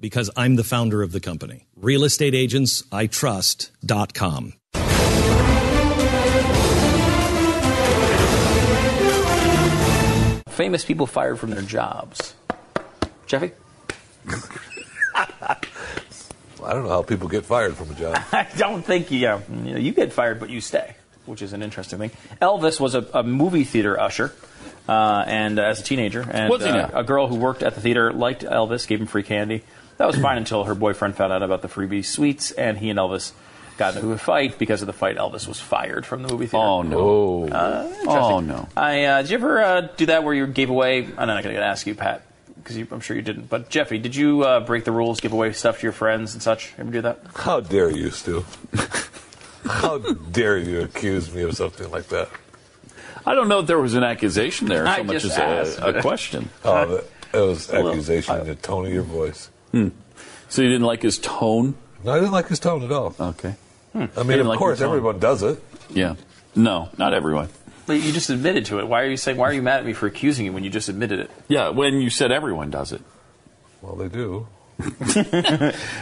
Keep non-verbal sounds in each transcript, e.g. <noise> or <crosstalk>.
Because I'm the founder of the company. Real estate agents I trust.com. Famous people fired from their jobs. Jeffy? I don't know how people get fired from a <laughs> job. <laughs> I don't think you, yeah, you, know, you get fired, but you stay, which is an interesting thing. Elvis was a, a movie theater usher, uh, and uh, as a teenager, and Was he uh, now? a girl who worked at the theater liked Elvis, gave him free candy. That was fine until her boyfriend found out about the freebie sweets, and he and Elvis got into a fight. Because of the fight, Elvis was fired from the movie theater. Oh no! Oh, oh no! I uh, did you ever uh, do that where you gave away? I'm not going to ask you, Pat, because I'm sure you didn't. But Jeffy, did you uh, break the rules, give away stuff to your friends and such? Ever do that? how dare you, <laughs> Stu? how dare you accuse me of something like that? I don't know if there was an accusation there, so I much just as asked. a, a question. Oh, that, that was accusation in the tone of your voice. So you didn't like his tone? No, I didn't like his tone at all. Okay. I mean, didn't of like course, your tone. everyone does it. Yeah. No, not everyone. But you just admitted to it. Why are you saying? Why are you mad at me for accusing you when you just admitted it? Yeah, when you said everyone does it. Well, they do.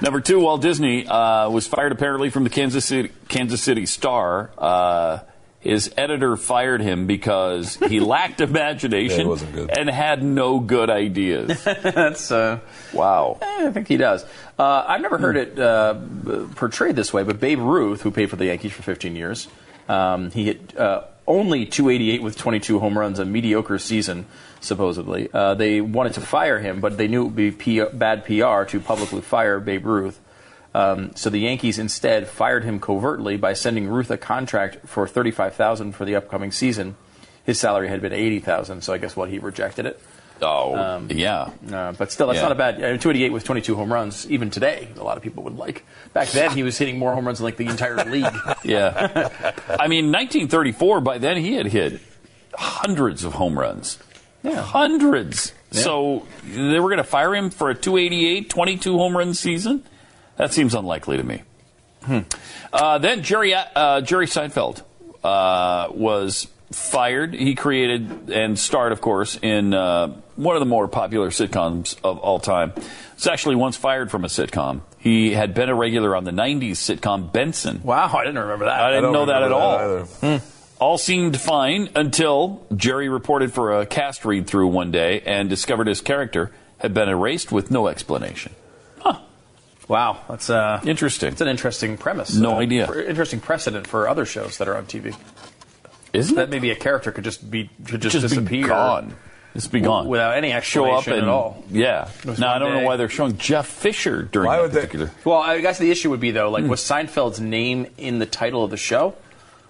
Number two, Walt Disney uh, was fired apparently from the Kansas City, Kansas City Star. Uh, his editor fired him because he <laughs> lacked imagination Yeah, it wasn't good. and had no <laughs> good ideas. That's. Uh, wow. eh, I think he does. Uh, I've never heard it uh, b- portrayed this way, but Babe Ruth, who played for the Yankees for 15 years, um, he hit uh, only 288 with 22 home runs, a mediocre season, supposedly. Uh, they wanted to fire him, but they knew it would be P- bad PR to publicly fire Babe Ruth. Um, so the Yankees instead fired him covertly by sending Ruth a contract for 35,000 for the upcoming season. His salary had been 80,000, so I guess what he rejected it. Oh, yeah. Uh, but still, that's Yeah. not a bad. I mean, 288 with 22 home runs, even today, a lot of people would like. Back then, he was hitting more home runs than like the entire <laughs> league. Yeah. I mean, 1934, by then he had hit hundreds of home runs. Yeah. Hundreds. So they were going to fire him for a 288, 22 home run season? That seems unlikely to me. Uh, then Jerry, uh, Jerry Seinfeld uh, was fired. He created and starred, of course, in uh, one of the more popular sitcoms of all time. Was actually once fired from a sitcom. He had been a regular on the 90s sitcom Benson. Wow, I didn't remember that. I didn't know that at remember all. Hmm. either. All seemed fine until Jerry reported for a cast read through one day and discovered his character had been erased with no explanation. Wow, that's uh, Interesting. It's an interesting premise. Uh, No idea. for- interesting precedent for other shows that are on TV. Isn't That it? maybe a character could just be could just, Just disappear, be gone. Just be gone. without any Show up explanation and at all. yeah. was Now I one don't day. know why they're showing Jeff Fisher during Why that would they- particular. Well, I guess the issue would be Hmm. though, like, was Seinfeld's name in the title of the show?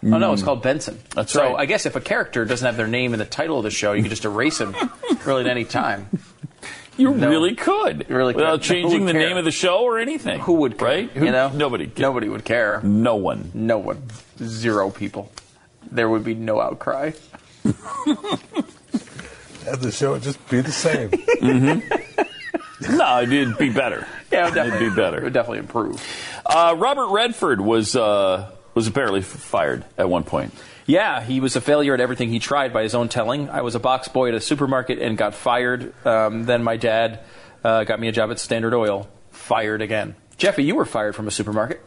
Oh no, it's called Benson. Hmm. That's so right. I guess if a character doesn't have their name in the title of the show, you could just erase <laughs> him really at any time. You No. really could. You really could. without Who changing would the care? name of the show or anything. Who would care? Right? You know, Nobody. cared. Nobody would care. No one. No one. Zero people. There would be no outcry. At the show, it'd just be the <laughs> same. <laughs> No, it'd be better. Yeah, it would <laughs> it'd definitely be better. It would definitely improve. Uh, Robert Redford was uh, was apparently f- fired at one point. Yeah, he was a failure at everything he tried by his own telling. I was a box boy at a supermarket and got fired. Um, then my dad uh, got me a job at Standard Oil. Fired again. Jeffy, you were fired from a <laughs> supermarket.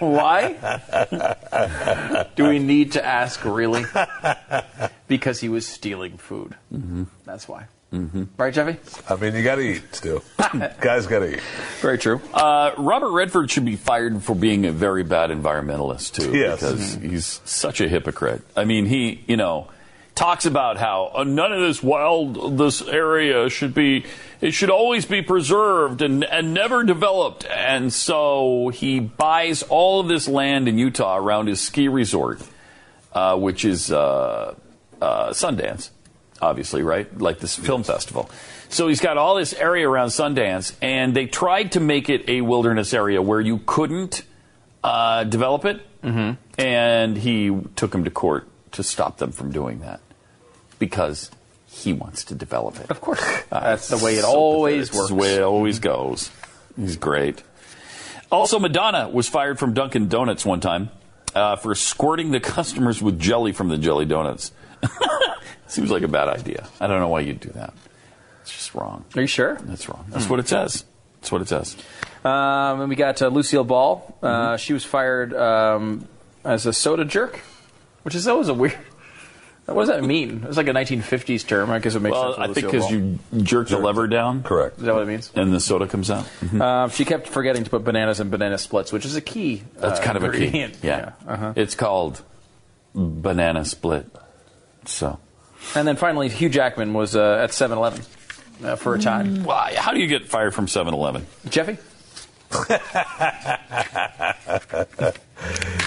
Why? Do we need to ask really? Because he was stealing food. Mm-hmm. That's why. Mm-hmm. Right, Jeffy? I mean, you got to eat, <laughs> Stu. Guys got to eat. Very true. Uh, Robert Redford should be fired for being a very bad environmentalist too, Yes. because he's such a hypocrite. I mean, he you know talks about how uh, none of this wild this area should be it should always be preserved and and never developed, and so he buys all of this land in Utah around his ski resort, uh, which is uh, uh, Sundance. obviously, right? Like this film festival. So he's got all this area around Sundance, and they tried to make it a wilderness area where you couldn't uh, develop it. Mm-hmm. And he took him to court to stop them from doing that because he wants to develop it. Of course. Uh, That's the way it always That's works. the way it always goes. He's great. Also, Madonna was fired from Dunkin' Donuts one time uh, for squirting the customers with jelly from the jelly donuts. <laughs> Seems like a bad idea. I don't know why you'd do that. It's just wrong. Are you sure? That's wrong. That's what it says. That's what it says. Um, and we got uh, Lucille Ball. Uh, She was fired um, as a soda jerk, which is always a weird. What does that mean? It's like a 1950s term. I guess it makes Well, sense. with I think Lucille because Ball. you jerk the lever down. Mhm. Correct. Is that what it means? And the soda comes out. Um, she kept forgetting to put bananas in banana splits, which is a key. That's uh, kind of a key. Yeah. Uh-huh. ingredient. It's called banana split. So. And then finally, Hugh Jackman was uh, at 7 Eleven uh, for a time. Why? How do you get fired from 7 Eleven? Jeffy?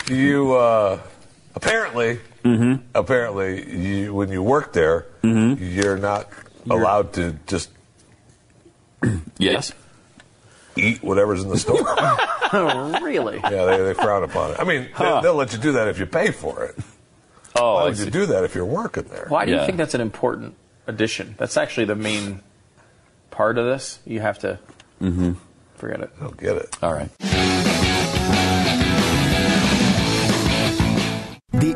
You uh, apparently, Mm-hmm. apparently, you, when you work there, you're not allowed to just Yes. eat whatever's in the <laughs> store. yeah, Oh, really? they, they frown upon it. I mean, they, will let you do that if you pay for it. Oh, Why I would you see. do that if you're working there? <laughs> Why do you Yeah. think that's an important addition? That's actually the main part of this. You have to Mm-hmm. forget it. I don't get it. All right. The